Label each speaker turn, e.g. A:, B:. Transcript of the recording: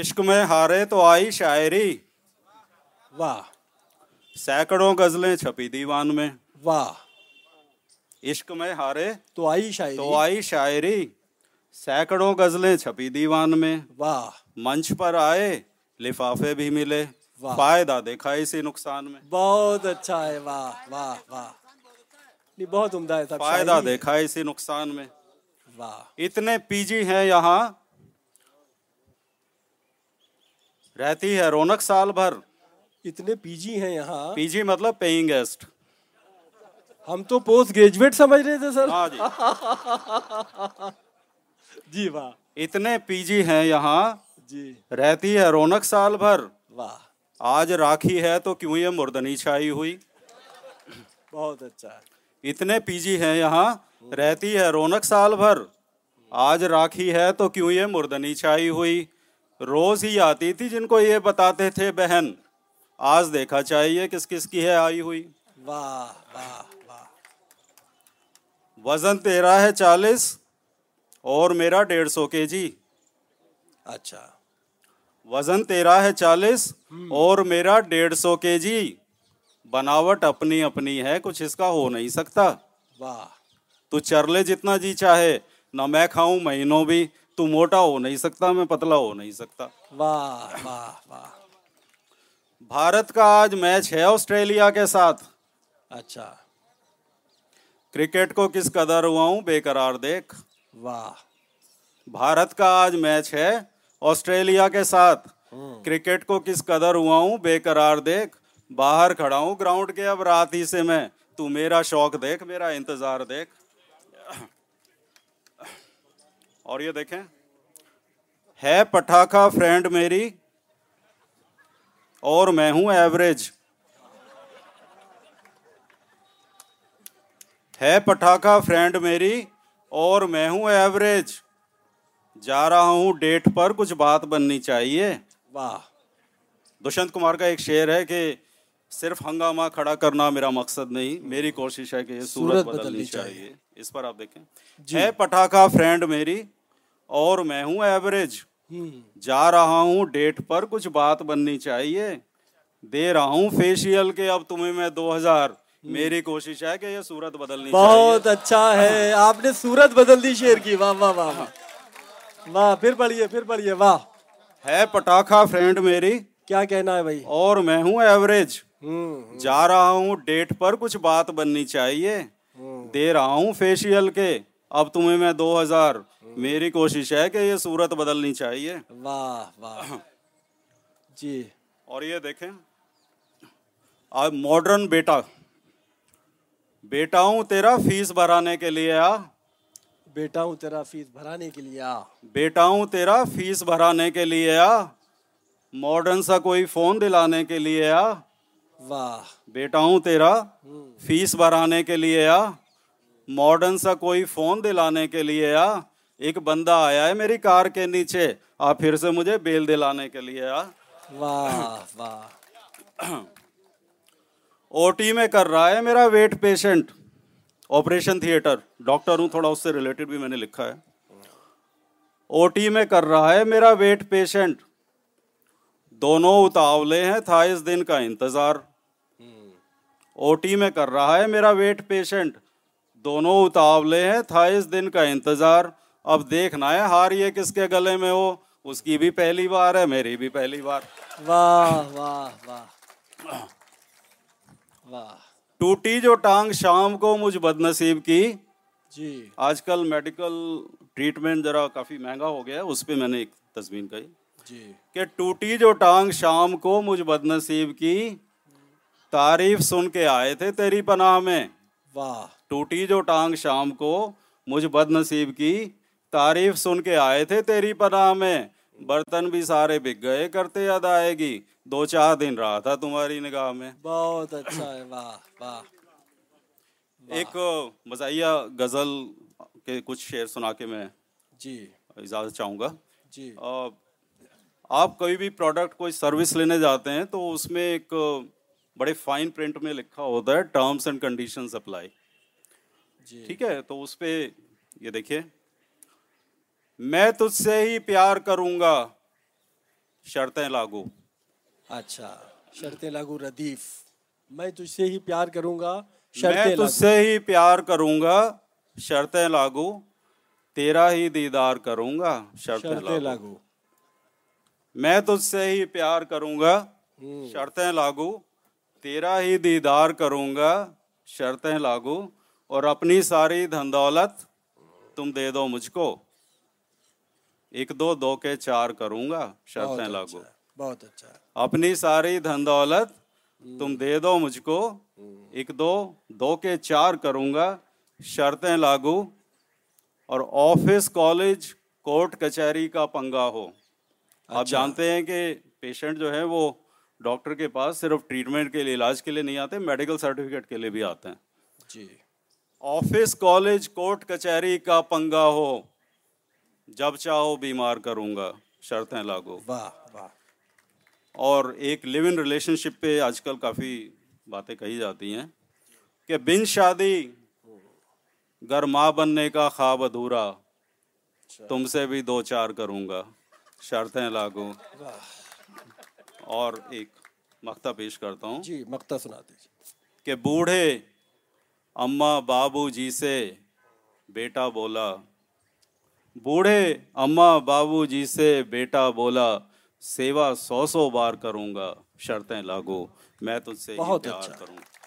A: عشق میں ہارے تو آئی شاعری
B: واہ
A: سینکڑوں غزلیں چھپی دیوان میں
B: واہ
A: عشق میں ہارے
B: تو آئی شاعری
A: تو آئی شاعری سینکڑوں غزلیں چھپی دیوان میں
B: واہ
A: منچ پر آئے لفافے بھی ملے
B: واہ۔
A: فائدہ دیکھا اسی نقصان میں
B: بہت اچھا ہے واہ واہ واہ نہیں بہت عمدہ ہے صاحب
A: فائدہ
B: شاعری ہے۔
A: دیکھا اسی نقصان میں
B: واہ
A: اتنے پی جی ہیں یہاں رہتی ہے رونق سال بھر
B: اتنے پی جی ہیں یہاں
A: پی جی مطلب پیئنگ گیسٹ
B: ہم تو پوسٹ گریجویٹ سمجھ رہے تھے سر
A: ہاں جی
B: جی واہ
A: اتنے پی جی ہیں یہاں
B: جی
A: رہتی ہے رونق سال بھر
B: واہ
A: آج راکھی ہے تو کیوں یہ مردنی چھائی ہوئی
B: بہت اچھا ہے
A: اتنے پی جی ہیں یہاں رہتی ہے رونق سال بھر آج راکھی ہے تو کیوں یہ مردنی چھائی ہوئی روز ہی آتی تھی جن کو یہ بتاتے تھے بہن آج دیکھا چاہیے کس کس کی ہے آئی ہوئی
B: واہ واہ واہ
A: وزن تیرا ہے چالیس اور میرا ڈیڑھ سو کے جی
B: اچھا
A: وزن تیرا ہے چالیس اور میرا ڈیڑھ سو کے جی بناوٹ اپنی اپنی ہے کچھ اس کا ہو نہیں سکتا
B: واہ
A: تو چر لے جتنا جی چاہے نہ میں کھاؤں مہینوں بھی تو موٹا ہو نہیں سکتا میں پتلا ہو نہیں سکتا
B: واہ واہ واہ
A: بھارت کا آج میچ ہے آسٹریلیا کے ساتھ
B: اچھا
A: کرکٹ کو کس قدر ہوا ہوں بے قرار دیکھ
B: واہ
A: بھارت کا آج میچ ہے آسٹریلیا کے ساتھ کرکٹ کو کس قدر ہوا ہوں بے قرار دیکھ باہر کھڑا ہوں گراؤنڈ کے اب رات ہی سے میں تو میرا شوق دیکھ میرا انتظار دیکھ اور یہ دیکھیں ہے پٹاخا فرینڈ میری اور میں ہوں ایوریج ہے پٹاخا فرینڈ میری اور میں ہوں ایوریج جا رہا ہوں ڈیٹ پر کچھ بات بننی چاہیے
B: واہ
A: دشنت کمار کا ایک شعر ہے کہ صرف ہنگامہ کھڑا کرنا میرا مقصد نہیں میری کوشش ہے کہ یہ صورت بدلنی چاہیے جی۔ اس پر آپ دیکھیں ہے پٹاخا فرینڈ میری اور میں ہوں ایوریج
B: ہوں
A: جا رہا ہوں ڈیٹ پر کچھ بات بننی چاہیے دے رہا ہوں فیشیل کے اب تمہیں میں دو ہزار میری کوشش ہے کہ یہ صورت بدلنی چاہیے
B: بہت اچھا ہے آپ نے صورت بدل دی شیر کی واہ واہ واہ واہ واہ پھر پڑھیے پھر پڑھیے واہ
A: ہے پٹاخا فرینڈ میری
B: کیا کہنا ہے بھائی
A: اور میں ہوں ایوریج
B: ہوں
A: جا رہا ہوں ڈیٹ پر کچھ بات بننی چاہیے دے رہا ہوں فیشیل کے اب تمہیں میں دو ہزار میری کوشش ہے کہ یہ صورت بدلنی چاہیے
B: واہ واہ جی
A: اور یہ دیکھیں اب ماڈرن بیٹا بیٹا ہوں تیرا فیس بھرانے کے لیے آ
B: بیٹا ہوں تیرا فیس بھرانے کے لیے آ
A: بیٹا ہوں تیرا فیس بھرانے کے لیے آ ماڈرن سا کوئی فون دلانے کے لیے آ
B: واہ
A: بیٹا ہوں تیرا فیس بھرانے کے لیے آ ماڈرن سا کوئی فون دلانے کے لیے آ ایک بندہ آیا ہے میری کار کے نیچے آپ پھر سے مجھے بیل دلانے کے لیے آ
B: واہ واہ
A: او ٹی میں کر رہا ہے میرا wait patient operation theatre doctor ہوں تھوڑا اس سے ریلیٹڈ بھی میں نے لکھا ہے او ٹی میں کر رہا ہے میرا ویٹ پیشنٹ دونوں اتاولے ہیں تھا اس دن کا انتظار او ٹی میں کر رہا ہے میرا ویٹ پیشنٹ دونوں اتاولے ہیں تھا اس دن کا انتظار اب دیکھنا ہے ہار یہ کس کے گلے میں ہو اس کی بھی پہلی بار ہے میری بھی پہلی بار
B: واہ واہ واہ واہ
A: ٹوٹی جو ٹانگ شام کو مجھ بد نصیب کی
B: جی
A: آج کل میڈیکل ٹریٹمنٹ ذرا کافی مہنگا ہو گیا ہے اس پہ میں نے ایک تضمین کہی
B: جی
A: کہ ٹوٹی جو ٹانگ شام کو مجھ بد نصیب کی تعریف سن کے آئے تھے تیری پناہ میں
B: واہ
A: ٹوٹی جو ٹانگ شام کو مجھ بد نصیب کی تعریف سن کے آئے تھے تیری پناہ میں برتن بھی سارے بک گئے کرتے ادائے گی دو چار دن رہا تھا تمہاری نگاہ میں
B: بہت اچھا ہے واہ واہ
A: ایک مزاحیہ غزل کے کچھ شعر سنا کے میں
B: جی
A: اجازت چاہوں گا
B: جی
A: آ، آپ کوئی بھی پروڈکٹ کوئی سروس لینے جاتے ہیں تو اس میں ایک بڑے فائن پرنٹ میں لکھا ہوتا ہے ٹرمس اینڈ کنڈیشنز اپلائی
B: جی
A: ٹھیک ہے تو اس پہ یہ دیکھیے میں تجھ سے ہی پیار کروں گا شرطیں لاگو
B: اچھا شرط لاگو ردیف میں تجھ سے ہی پیار کروں گا
A: میں
B: شرط
A: تجھ سے ہی پیار کروں گا شرطیں لاگو تیرا ہی دیدار کروں گا شرطیں
B: شرط
A: لاگو
B: لاگو
A: میں تجھ سے ہی پیار کروں گا شرطیں لاگو تیرا ہی دیدار کروں گا شرطیں لاگو اور اپنی ساری دھن دولت تم دے دو مجھ کو ایک دو دو کے چار کروں گا شرطیں لاگو
B: بہت اچھا
A: اپنی ساری دھن دولت تم دے دو مجھ کو ایک دو دو کے چار کروں گا شرطیں لاگو اور آفس کالج کورٹ کچہری کا پنگا ہو آپ جانتے ہیں کہ پیشنٹ جو ہے وہ ڈاکٹر کے پاس صرف ٹریٹمنٹ کے لیے علاج کے لیے نہیں آتے میڈیکل سرٹیفکیٹ کے لیے بھی آتے ہیں
B: جی
A: آفس کالج کورٹ کچہری کا پنگا ہو جب چاہو بیمار کروں گا شرطیں لاگو
B: واہ واہ
A: اور ایک لیو ان ریلیشن شپ پہ آج کل کافی باتیں کہی جاتی ہیں کہ بن شادی گر ماں بننے کا خواب ادھورا تم سے بھی دو چار کروں گا شرطیں لاگو اور ایک مقطع پیش کرتا ہوں
B: جی مقتا سنا دیجیے
A: کہ بوڑھے اماں بابو جی سے بیٹا بولا بوڑھے اماں بابو جی سے بیٹا بولا سیوا سو سو بار کروں گا شرطیں لاگو میں تجھ سے ہی
B: بہت
A: پیار
B: اچھا۔
A: کروں گا